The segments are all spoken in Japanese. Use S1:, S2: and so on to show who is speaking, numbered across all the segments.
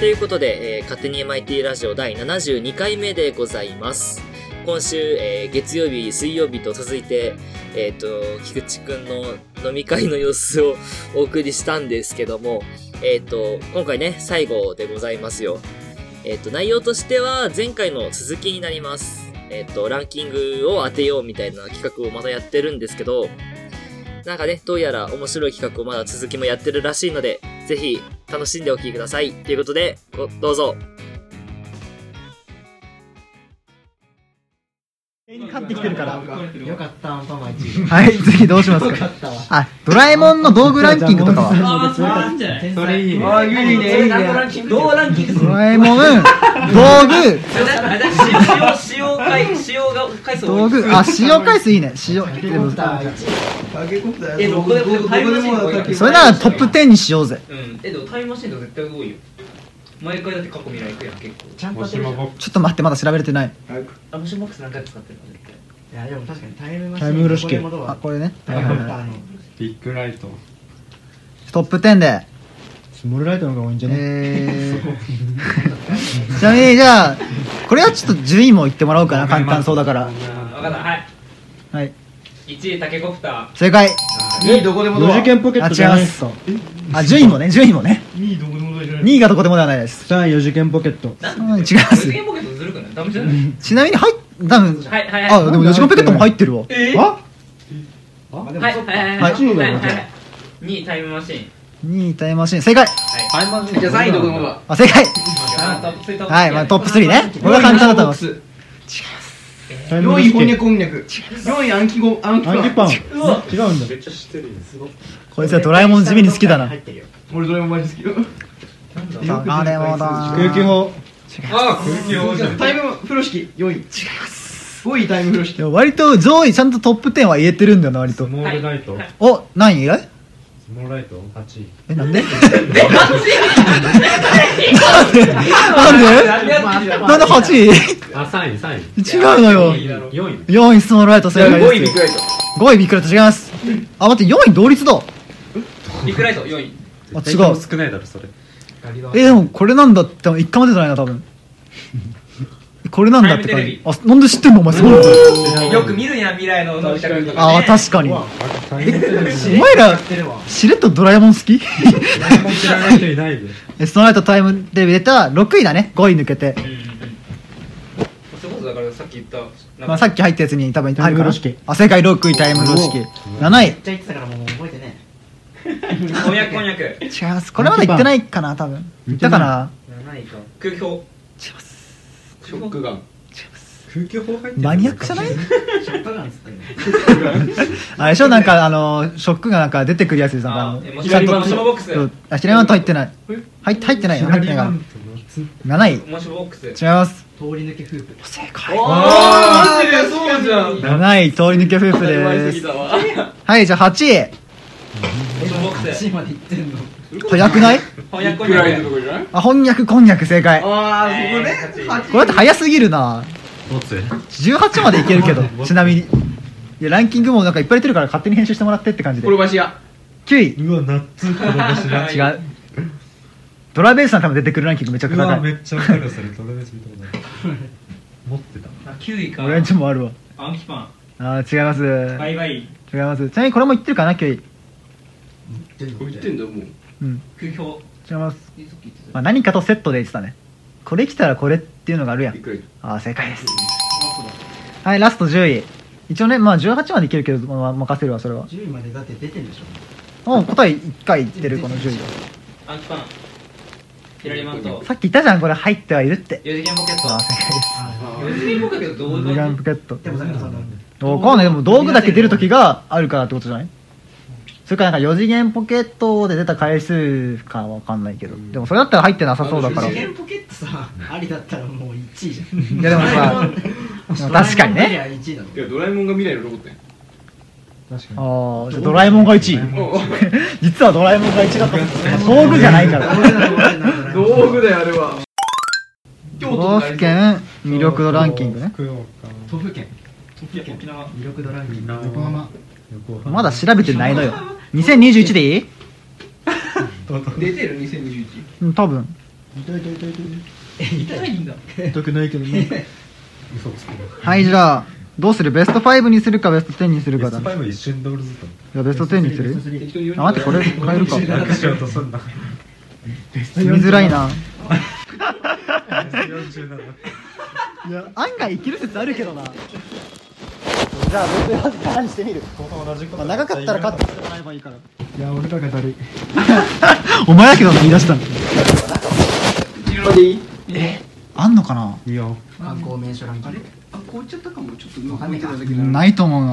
S1: ということで、えー勝手に MIT ラジオ第72回目でございます。今週、えー月曜日、水曜日と続いて、えっ、と、菊池くんの飲み会の様子を お送りしたんですけども、えっ、と、今回ね、最後でございますよ。えっ、と、内容としては、前回の続きになります。えっ、と、ランキングを当てようみたいな企画をまたやってるんですけど、なんかね、どうやら面白い企画をまだ続きもやってるらしいので、ぜひ楽しんでお聴きください。ということで、ごどうぞ。
S2: 永遠に勝ってきてるから。
S3: よかった、アンパンマン1
S2: はい、次どうしますか
S3: ったわ。
S2: あ、ドラえもんの道具ランキングとかは
S4: あー、いいんじゃない
S3: それいいね。
S4: あー、いいね、いいね。どうランキングす
S2: ド
S4: るの
S2: ラえもん、道具、
S4: 私、使用回、使用が回数
S2: 道
S4: 多い。
S2: 具、あ、使用回数いいね。使用。
S3: ヘリコプター1
S5: あげこくだよ。
S4: え、どこでも、タイムマシンとか多い
S2: それならトップ10にしようぜ。
S4: うん。え、でもタイムマシンとか絶対多いよ。毎回だって過去未来行くやん、結構。
S3: ちゃんとしてるじゃん。い
S2: ちょっと待って、まだ調べれてない。
S5: 早く。
S4: あ、もしボックス何回使ってるの絶対。
S3: や、でも確かにタイムマシン。
S2: タイムロス
S3: これもどう
S2: あ、これね。
S3: タイムコプターの。
S6: ビッグライト
S2: トップ10で。
S7: スモールライトの方が多いんじゃね、
S2: えー、 ちなみに、じゃあ、これはちょっと順位も言ってもらおうかな。簡単そうだから。
S4: 分かった、はい。
S2: はい。
S4: 1位、タケコプタ
S2: 正解。
S5: 二位どこでもド
S7: 四
S5: ア。
S7: 次元ポケットじゃないですか
S2: あ、順位もね、順位もね。
S5: 二位どこでもドアじゃない。
S2: 2位がどこでもではないです。
S7: 3位四次元ポケット
S4: ー。な
S2: う
S4: ん
S2: ん違いま
S4: です無限ポケットずるくないダメじゃない
S2: ちなみに、はい、多分、
S4: はい、はい、はい。
S2: あ、でも四時間ポケットも入ってるわ。
S4: え
S7: あ
S4: はい、はい、はい。はい、
S7: 一位だよ
S4: はい。2位、タイムマシン。
S2: 2位タイムマシーン、正解
S4: はい。
S5: じゃあ三位どこでもドア。
S2: あ、正解
S4: あトップスリートップスリー
S2: はい、まあ、トップ3ね。こ
S5: こ
S2: れ
S5: れ
S2: は簡単だと思います。
S5: す。
S7: タイム
S5: 四
S7: ロ
S5: 位
S7: ス
S5: こんにゃ
S7: ケ
S5: くこんにゃく。四位あんきごあんき
S7: アンキ
S5: パン。
S7: パン
S4: うわ
S7: 違うんだ
S6: めっちゃ知ってるよ
S2: こいつはドラえもん地味に好きだな。
S3: 入ってるよ
S5: 俺どれもマジ好きよ。
S2: あれもだ
S7: 空気砲
S6: ああ空気王じゃん
S5: タイム風呂敷四位。違います。五位タイム風呂敷。
S2: でも割と上位ちゃんとトップ10は言えてるんだよな、割
S6: ス
S2: と。
S6: モールライト
S2: お、何位え
S6: スモールライト8位
S2: え、なんでなんでなんでなんで8位
S6: あ3位3位
S2: 違うのよ。
S6: 4位
S2: 4位スモールライト正解です。
S5: 五位ビッグライト。
S2: 5位ビックラと違います。あ、待って、4位同率だ。あ、
S4: ビッグライト、4位。
S2: 違
S6: 人
S2: う
S6: も。少ないだろそれ
S2: えでもこれなんだって一回も出てないな多 分これなんだって
S4: タイム
S2: 感
S4: テレ
S2: じあなんで知ってんのお前すごい
S4: よく見るやん、未来ののび太くんとか、
S2: あ
S4: ね。
S2: あ確かに
S3: うわ
S2: お
S6: タイムテレビ
S2: 前ら
S3: 知ってるわ
S2: しれっとドラえもん好き
S6: 誰も知らない人いないで
S2: えその後タイムテレビ出た6位だね5位抜けて、
S4: それこそだからさっき言った、なん
S2: ま
S4: か
S2: あ、さっき入ったやつに多分入るか
S7: タイム
S2: な
S7: ロスキ
S2: あ正解6位タイムロスキ7位
S3: めっちゃ言ってたからもう覚えてね
S4: こんにゃくこんにゃく。
S2: 違いますこれまだ言ってないかな多分言ったかな
S4: 7位か。空気砲。
S5: ショックガン。
S6: 空気砲入ってる
S2: マニアックじゃない
S3: ショットガンつってるね
S2: あれでしょなんかあのーショックがなんか出てくるやつですなんか
S4: あ
S2: の
S4: えもう左側のショーボックス
S2: そうあ左側のと入ってない入って入ってないよ入ってないかな7位違い
S4: モシュボックス。
S2: ます
S3: 通り抜けフープ
S2: 正解
S4: おー、マジでそうじゃん。
S2: 7位通り抜け夫婦ですはいじゃあ8位
S4: モシュボックス。
S3: 8位まで行ってんの
S2: 早くない
S4: こんにゃくこん
S5: ビ
S4: に
S5: ッ
S4: ゃ
S5: グライトと
S4: く。
S5: かじゃない？
S2: あこんにゃくこんにゃく正解こ
S5: あ
S4: え
S5: あ
S4: ー八
S5: そこね。
S2: れだって早すぎるな
S6: ボツ
S2: 18までいけるけどちなみにいやランキングもなんかいっぱい出てるから勝手に編集してもらってって感じで
S5: 転ばし屋。
S2: 9位
S6: うわナッツ転がしな
S4: はい
S2: 違うドラベースさん多分出てくるランキングめちゃく
S6: う
S2: ちゃ
S6: わ
S2: 高
S6: め
S2: い
S6: っちゃわかるそれトレベス見たことない持ってた
S4: あ、9位か。
S2: 俺んちもあるわ
S4: アンキパ
S2: あー違います
S4: ン。バイバイ。
S2: 違いますちなみにこれも言ってるかな9位
S5: こ言ってんだよもう。
S2: うん
S4: 空気砲。
S2: 違います、まあ、何かとセットで言ってたねこれ来たらこれっていうのがあるやん
S5: ビッグライト。
S2: あー正解ですはいラスト10位一応ねまあ18までいけるけど、まあ、任せるわそれは
S3: 10位までだって出てんでしょ
S2: もう答え1回言ってるこの10位は
S4: アンキパン。左マント。
S2: さっき言ったじゃんこれ入ってはいるって
S4: 四次元ポケッ
S2: あー
S4: ト。
S2: 正解です
S3: あ
S4: 四次元ポケットどう
S2: ブ
S4: いう
S2: リガン
S4: こ
S2: ポケット
S3: ーでもだからその
S2: わかんないでも道具だけ出る時があるからってことじゃないそれからなんか4次元ポケットで出た回数かわかんないけどでもそれだったら入ってなさそうだから
S3: 次
S2: い
S3: 元ポケットさありだったらもう1位じゃん
S2: やでもさ でも確かにね
S3: 1位なの
S5: いやドラえもんが未来のロボットやん。
S7: 確か
S2: あーじゃあドラえもんが1位
S5: おお
S2: 実はドラえもんが1位だったんですね道具じゃないから
S5: 道具だよあれは。京
S2: 都
S5: 都
S2: 道
S5: の大
S2: 府
S5: 豆
S2: 県魅力度ランキングね
S6: 福岡
S3: 都府県
S4: といや沖縄。
S3: 魅力ドランキング
S7: 横浜
S6: 横浜
S2: ま だ調べてないのよ2021でいい
S5: 出てる2021。
S2: うん多分
S7: 痛い痛い痛い痛い
S4: 痛いんだ。
S7: 痛くないけどね
S6: 嘘つく
S2: はい、じゃあ、どうするベスト5にするか、ベスト10にする
S6: ベ
S2: か
S6: ス
S2: だ
S6: ト
S2: ね。
S6: 5一瞬で俺ずっと
S2: じゃあ、ベスト10にする
S4: 適当に言う
S2: あ、待って、これ変えるか。
S6: なくしようとすんな
S2: 見づらい な。
S6: 47
S2: いや、案外いける説あるけどな。じゃあ、ベスト8からにしてみる。まあ、長かったらカットしてもらえばいいから。
S7: いや俺らがだるいお前やけどな言い出したの
S5: 色でいい
S2: あんのかない
S6: いよ
S3: 観光名所ランキング
S5: あ、こういっちゃったかも。ちょっと今
S3: わかんねえか
S5: 見てただけなの
S2: ないと思う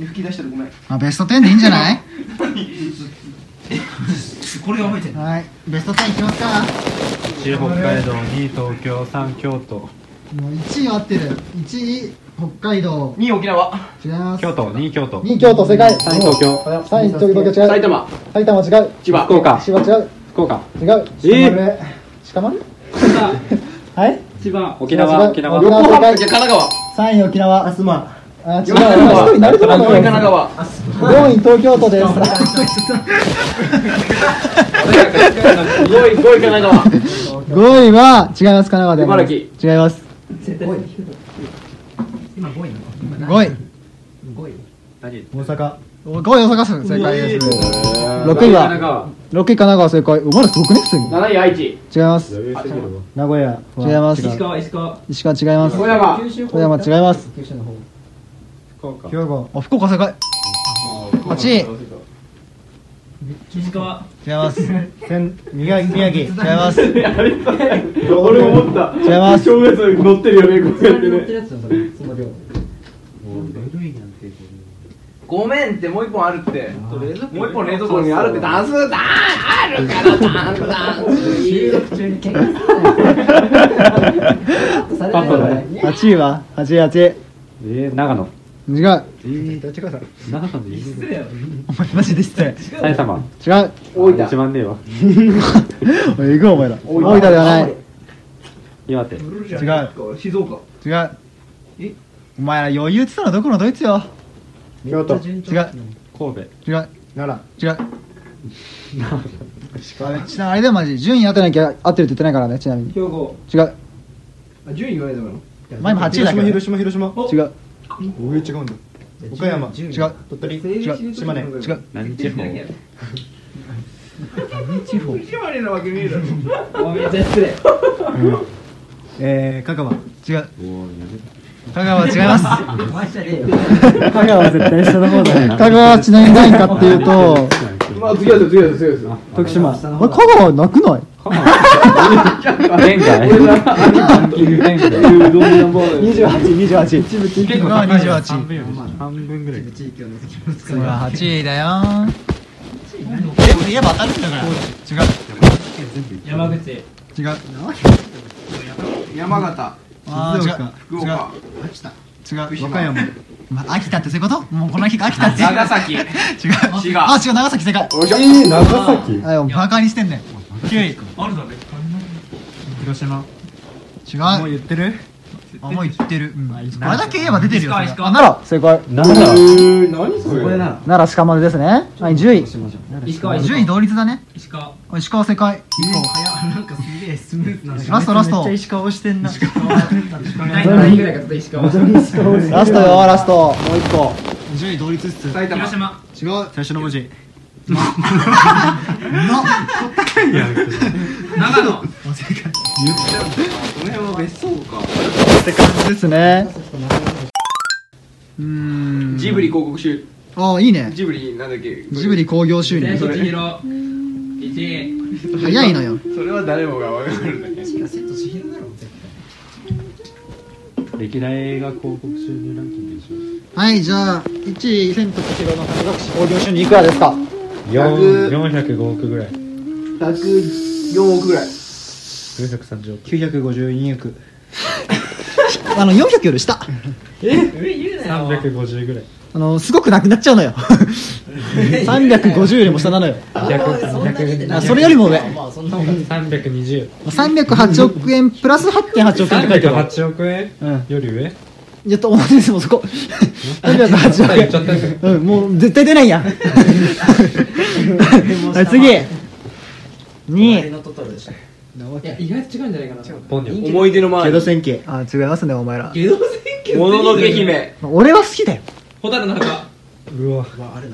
S2: な。
S5: 吹き出したらごめん。
S2: まあ、ベスト10でいいんじゃない
S5: これが覚えてる。
S2: はい。ベスト10いきますか。
S6: 1位北海道2位東京3位京都
S2: もう1位合ってる。1位、北海道。
S5: 2位沖縄。
S2: 違います。
S6: 京都2位京都
S2: 2位京都正解。
S6: 3位東京
S2: 3位東京違う。
S5: 埼玉。
S2: 埼玉違う。
S5: 千葉。
S6: 福岡
S2: 千葉違う。
S6: 福岡
S2: 違う。
S6: えー
S2: 鹿丸鹿丸 はい。
S5: 千葉。
S6: 沖縄沖縄
S2: 沖縄正
S5: じゃ
S2: 解。
S5: あ神奈川。
S2: 3位沖縄。あ、すまん。あ、違う。一人なると
S5: 神
S2: 思うよ。
S5: 奈川。
S2: 4位東京都です。
S5: 5位、5位神奈川。
S2: 5位は違います、神奈川で。
S5: 茨城。
S2: 違います。
S3: 今5位なの
S2: 5位。
S3: 5位
S7: 大阪
S2: 5位大阪市正解です。
S5: 6
S2: 6位は、6位神奈川正解。お前らすごくね普通に。違い
S5: 7位愛知。
S2: ます。違い
S7: 名古屋
S2: ます。
S5: 川、石川。
S2: 石川違います。
S5: 富山。
S2: 富山違います。
S3: 九州の方
S6: 福岡
S7: 兵庫
S2: あ、福岡正解。8位。違い
S5: 石川。
S2: ます。違い
S7: 仙宮城宮城
S2: ます。違い
S5: やれた。俺も思った。
S2: ます。
S5: 正月乗ってるよね、こうやって
S3: 乗っ
S5: ね。
S3: てるやつだそれその量
S5: ごめんってもう一本あるって。もう一本冷蔵庫にあるって。ダンスだあるからダンスダンス。
S3: 収録中に喧嘩するなよカットされないよね
S2: 8位は ?8 位、
S6: えー長野
S2: 8位。違う。
S6: えー長野でいい
S5: 失礼よ
S2: お前マジで失礼。
S6: 埼玉
S2: 違う。
S5: 大分
S6: 一番ねえわ
S2: おい、行くお前ら。
S5: 大分
S2: 大分ではない。
S6: 岩手
S5: 違う。静岡。
S2: 違う。お前ら余裕って言ったらどこのドイツよ。
S7: 京都
S3: 順調
S2: 違う。
S6: 神戸
S2: 違う。
S7: 奈
S2: 違う。ちなみにあれだよマジ順位当てなきゃ合ってるって言ってないからねちなみに
S5: 兵庫。
S2: 違う
S5: あ、順位言わないとダメなの
S2: 前も8位だけど、ね、
S7: 広島広島広
S2: 違う
S7: 島おえ違うんだ岡山
S3: 順位
S2: 違う
S7: 鳥取
S2: 違
S7: う島根
S2: 違う
S6: 何地方
S5: 地方島根なわけねえだろごめん失礼
S7: えー香川
S2: 違う
S6: おーやめ
S2: 香川違います
S3: お前じゃねえよ
S7: 香川は絶対下の方だよ
S2: 香川はちなみに何位かっていうと
S5: まあ次は次は次は
S7: 徳島
S3: 下の
S2: あ
S3: 方
S2: れ香川なくない
S6: 弁外
S2: 2828香川28
S6: 結構高いよ半分より半分ぐらい
S3: 地域を除きます
S2: ほら8位だよ言えば当たるんだから違
S5: 山口
S2: う違う
S5: 山形
S2: あ
S7: 静岡
S2: ー
S5: 福岡
S2: 違う違う
S7: 和歌山
S2: まあ秋田ってそういうこともうこの日が秋田って
S5: 長崎
S2: 違う
S5: 滋賀
S2: あ違う長崎正解
S5: おしゃ
S6: えー長崎
S2: あバカにしてんねん9位
S5: あるだね
S7: 広島もう
S2: 違
S7: 言
S2: う
S7: ってる
S2: あもう言ってる、うん、これだけ言えば出てるよ
S5: 石川
S2: それ
S5: 石
S2: は
S5: 川
S2: あ奈良正解
S6: なんだ
S5: 何そ
S3: これな
S2: 奈良鹿丸ですねはい10位
S5: 石川
S2: 10位同率だね
S5: 石川
S2: 石川正解
S3: の早っなんかすげえスムーズな
S2: ラストラスト
S7: めっちゃ石川押してんな
S5: 何位ぐらいかちょっと石川
S2: ラストよラストもう1個10位同率っす違う
S5: 埼玉広島
S7: 最初の文 字
S5: 長野
S2: って感じですねうーん
S5: ジブリ広告集
S2: ああいいね
S5: ジブリなんだっけ
S2: ジブリ興行収入
S5: 千と千尋1位
S2: 早いのよ
S5: それは誰もが分かるんだけど
S6: 歴代映画広告収入ランキングでし
S2: はいじゃあ1位千と千尋の神隠し興行収入いくらですか
S6: ょ405億ぐらい
S5: 104億ぐらい
S6: 430億
S7: 952億
S2: あの400より下
S6: 350ぐらい
S2: あのすごくなくなっちゃうの よ350よりも下なのよあそれよりも上
S3: まあそんなもん
S6: 320
S2: 308億円プラス8.8億円って書いてあるわ
S6: 308億円
S2: うん
S6: より上
S2: いやと同じですもんそこ308億円
S6: ちょっと待って
S2: うん、もう絶対出ないやん。はい、次。2
S3: 隣
S2: 位、
S3: のトトロでしょ
S2: なわ
S5: いや
S2: け
S5: 意外と違うんじゃないかな
S6: ポニョ
S5: 思い出の前
S2: ゲド戦記あ違いますねお前ら
S5: ゲド戦記もののけ姫
S7: 俺は好きだよ
S5: ホタルの墓
S6: うわ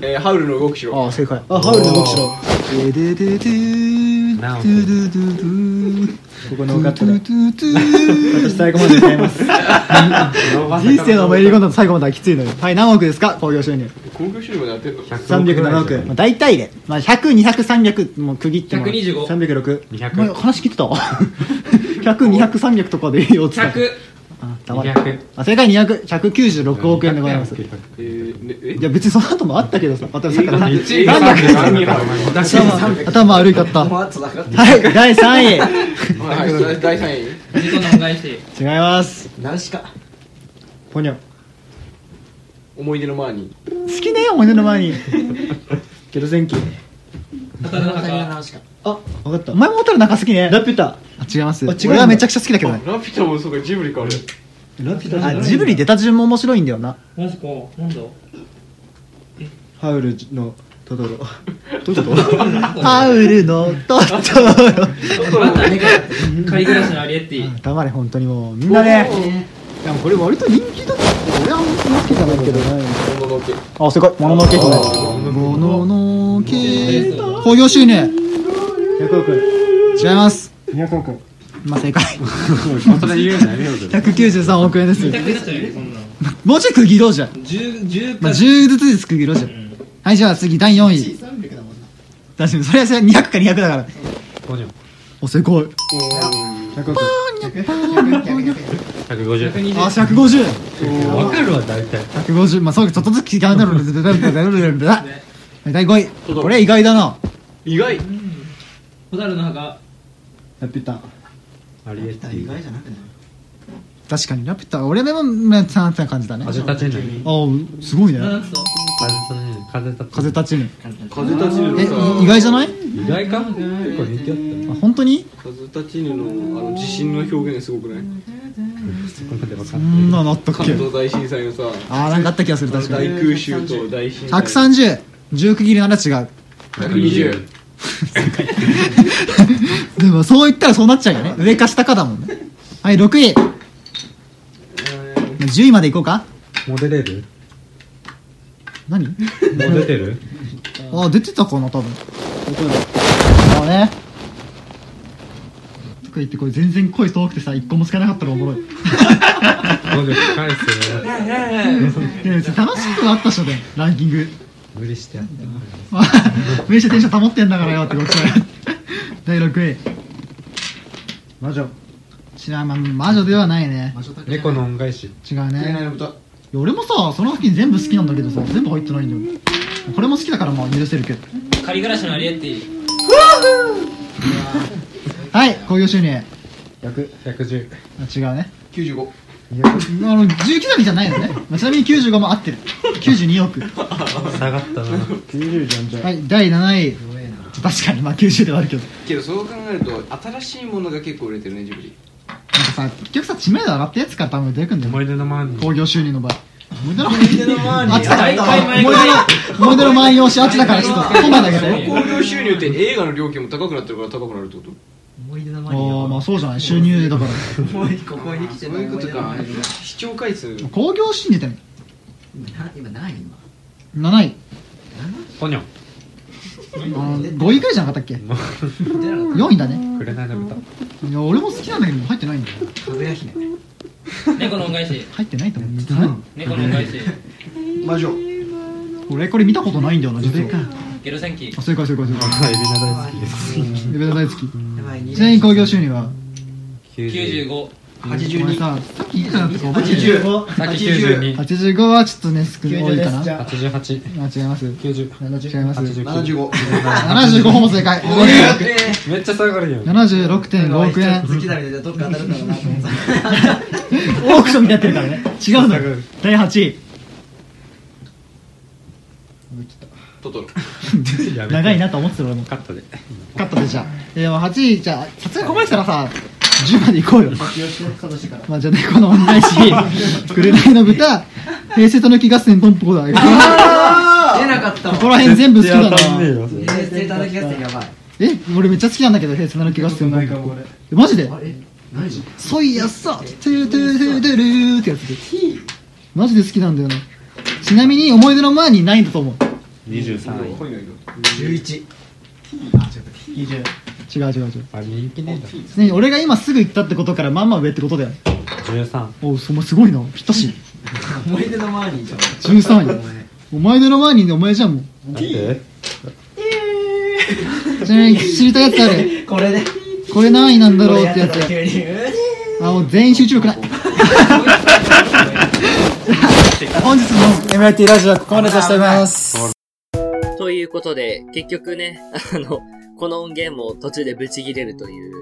S5: えーハウルの動く城
S7: ああ正解
S2: あハウルの動きしろ
S7: ででででー
S6: なお
S7: ドゥドゥドゥドゥ
S2: ここのカット
S7: ド
S2: で
S7: ゥドゥドゥ
S2: 私最後まで歌い ます人生のメリーゴンドの最後まではきついのよはい何億ですか興行収入
S5: 興行収入までやってんの
S2: 307億まあ、大体で、まあ、100200300もう区切っても
S5: 125
S2: 306
S6: 200
S2: お前話聞いて た ?100200300 とかでいいよっつった
S5: 100
S2: あ黙れあ正解200196億円でございます
S5: えーねえ
S2: いや別にその後もあったけどさ私さっきから何
S5: 1位
S2: 何だっけ
S5: 私
S2: 頭頭悪いかった
S5: も
S2: は
S5: うあとだから
S2: い第3位
S5: はい第3位
S4: 自己のお返し
S2: 違います
S5: 何しか
S2: ポニョ
S5: 思い出の前に
S2: 好きねお胸の前にゲド戦記あ分かったお前も小樽なんか好きねラピュタあ
S7: 違います
S2: 違う
S7: 俺はめちゃくちゃ好きだけどね
S5: ラピュタもそうかジブリかあれ
S6: ラピュ
S2: あジブリ出た順も面白いんだよな
S4: なんすかなんだ
S2: ハウルのトトロどういうことハウルのトトロ
S4: またね仮暮らしのアリエッティ
S2: 黙れ本当にもうみんなねでもこれ割と人気だった俺はあんま好きじゃないけど
S5: もののけ
S2: あすごいもののけ姫
S5: あ
S2: もののけ興行収入
S6: 100億
S2: 違います
S6: 200億
S2: まあ正解
S6: それ言うのやめようぜ
S2: 193億円です
S4: 痛くなっちゃうよそんなの
S2: もうちょい区切ろうじゃん、
S4: 10 10
S2: まあ、
S4: か
S2: 10ずつです区切ろうじゃんはいじゃあ次第4位確かにそれは200か200だから
S6: ポニョ
S2: お正解
S6: 100億150
S4: 120
S2: あ150
S6: 分かるわ大体
S2: 150まあそうかちょっとずつ違うんだろう第5位これ意外だな
S5: 意外
S4: ホタルの墓
S2: ラピュタ
S6: ありえって
S2: 確かにラピュタ俺もまあさんって感じだね
S6: 風立ちぬ
S2: あすごいね
S4: なんつうの
S6: 風立ちぬ
S2: 風立ちぬ
S5: 風立ちぬの
S2: え
S5: さ
S2: い意外じゃない
S6: 意外か結構人気あっ
S2: あ
S6: た
S2: 本当に
S5: 風立ちぬのあの地震の表現すごくない
S6: そこまで分か
S2: そ
S6: っ
S2: んなのあったっ
S5: 関
S2: け
S5: 東大震災のさ
S2: あーなんかあった気がする確か
S5: 大
S2: に
S5: 空襲と大震災
S2: 130 10区切りなら違う
S5: 120
S2: でもそう言ったらそうなっちゃうよね上か下かだもんねはい6位10位までいこうか
S6: たモデレる
S2: 何
S6: モデてる
S2: あ出てたかな多分ああねとか言ってこれ全然声遠くてさ一個もつかなかったらおもろい
S6: モデ返すよ
S2: いや別に楽しくはあったっしょねランキング
S6: 無理してやったな
S2: めっちゃテンション保ってんだからよってこと だよ第6位魔女知らん、まあ、魔女ではないね
S6: 猫の恩返し
S2: 違うねいや俺もさその作品全部好きなんだけどさ全部入ってないんだよこれも好きだからまあ許せるけど
S4: 仮暮らしのアリエッティ
S2: はい興行収入あ
S6: 110
S2: 違うね
S5: 95
S2: うんあの19刻みじゃないのね、まあ、ちなみに95も合ってる92億
S6: 下がったな
S2: はい第7位確かにまあ90ではあるけど
S5: けどそう考えると新しいものが結構売れてるねジブリ
S2: なんかさ結局さ知名度上がったやつから多分出てくんだよ
S6: 思い出の前に
S2: 興行収入の場合思い出の前にあっちだから
S4: 毎回毎回
S2: 思い出の思い出の前に押しあっちだからちょっと今晩だけ
S5: その興
S2: で
S5: 行収入って映画の料金も高くなってるから高くなるってこと
S8: 思い出の
S2: あ
S8: 前に
S2: ーまあそうじゃない収入だから
S8: もう一個ここに来て
S5: そう
S8: た
S5: いうことか
S8: 思い出の前に
S5: 視聴回数
S2: 興行収入って
S8: な今何位今
S2: 7位
S6: ポニョ
S2: あー5位くらいじゃなかったっけ
S6: も
S2: 4位だね
S6: う紅の豚
S2: いや俺も好きなんだけど入ってないんだよ
S8: かぐや姫
S4: 猫の恩返し
S2: 入ってないと思う
S4: 猫の恩返し
S5: 魔女
S2: 俺これ見たことないんだよな実は
S4: ゲロ戦記
S2: あ正解正解正解
S6: はいエビナ大好きです
S2: エベダ大好き
S8: やばい
S2: ちなみに興行収入は
S4: 95
S2: お前ささっきいいじゃなかったか覚えてる
S6: さっき92
S2: 85はちょっとね少ない多いかなあ
S6: 88
S2: 違います
S6: 90
S2: 違います
S6: 79
S2: 75も正解
S6: めっちゃ下がるよ
S2: 76.5億円
S8: 好きだみたいなどっか当たるんだろうなと 思って
S2: オークションみたいになってるからね違うのよ第8位
S5: トトロ
S6: やめて
S2: 長いなと思ってた俺も
S6: カットで
S2: カットでじゃあえー8位じゃあさすがにここまでしたらさ10までいこうよまあじゃあ猫の恩返 し紅の豚平成とのき合戦トンプコだこ
S8: 出なかったもん
S2: こら辺全部好きだな
S6: 絶対当たんねえよそれ
S8: 平成ただき合戦やばい
S2: え俺めっちゃ好きなんだけど平成の気がする
S6: ないかもこれ
S2: マジで
S5: あれ何じ
S2: 「ソイヤサトゥートゥートゥートゥールー」ってやつでマジで好きなんだよねちなみに思い出の前にないんだと思う
S6: 23位
S2: 20
S5: 11
S2: 違う違う違う
S6: あ人気ねえんだ
S2: ね俺が今すぐ行ったってことからまんま上ってことだよ
S6: 13
S2: おうそんすごいなぴったし
S5: 思い出の周りにじゃん
S2: 13位お前の前にお前じゃんもう
S6: なんで
S2: ちなみに知りたいやつある
S5: これで
S2: これ何位なんだろうってや
S5: これやったら
S2: つ
S5: 急にうえ
S2: あもう全員集中力 ない 本日の MIT ラジオはここまでとしております
S1: ということで、結局ね、あの、この音源も途中でブチ切れるという、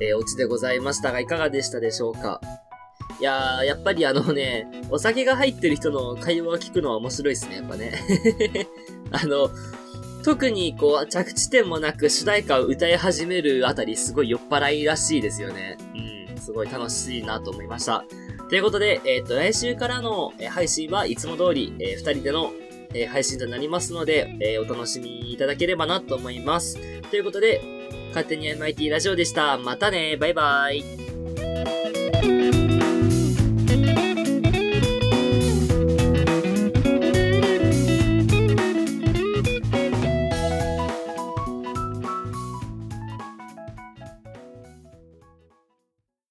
S1: えーオチでございましたが、いかがでしたでしょうかいやー、やっぱりあのね、お酒が入ってる人の会話を聞くのは面白いですね、やっぱね。 あの、特にこう、着地点もなく主題歌を歌い始めるあたり、すごい酔っ払いらしいですよね。うん、すごい楽しいなと思いました。ということで、えっ、と、来週からのえー配信はいつも通り、えー二人でのえー配信となりますので、えーお楽しみいただければなと思います。ということで、勝手に MIT ラジオでした。またね、バイバイ。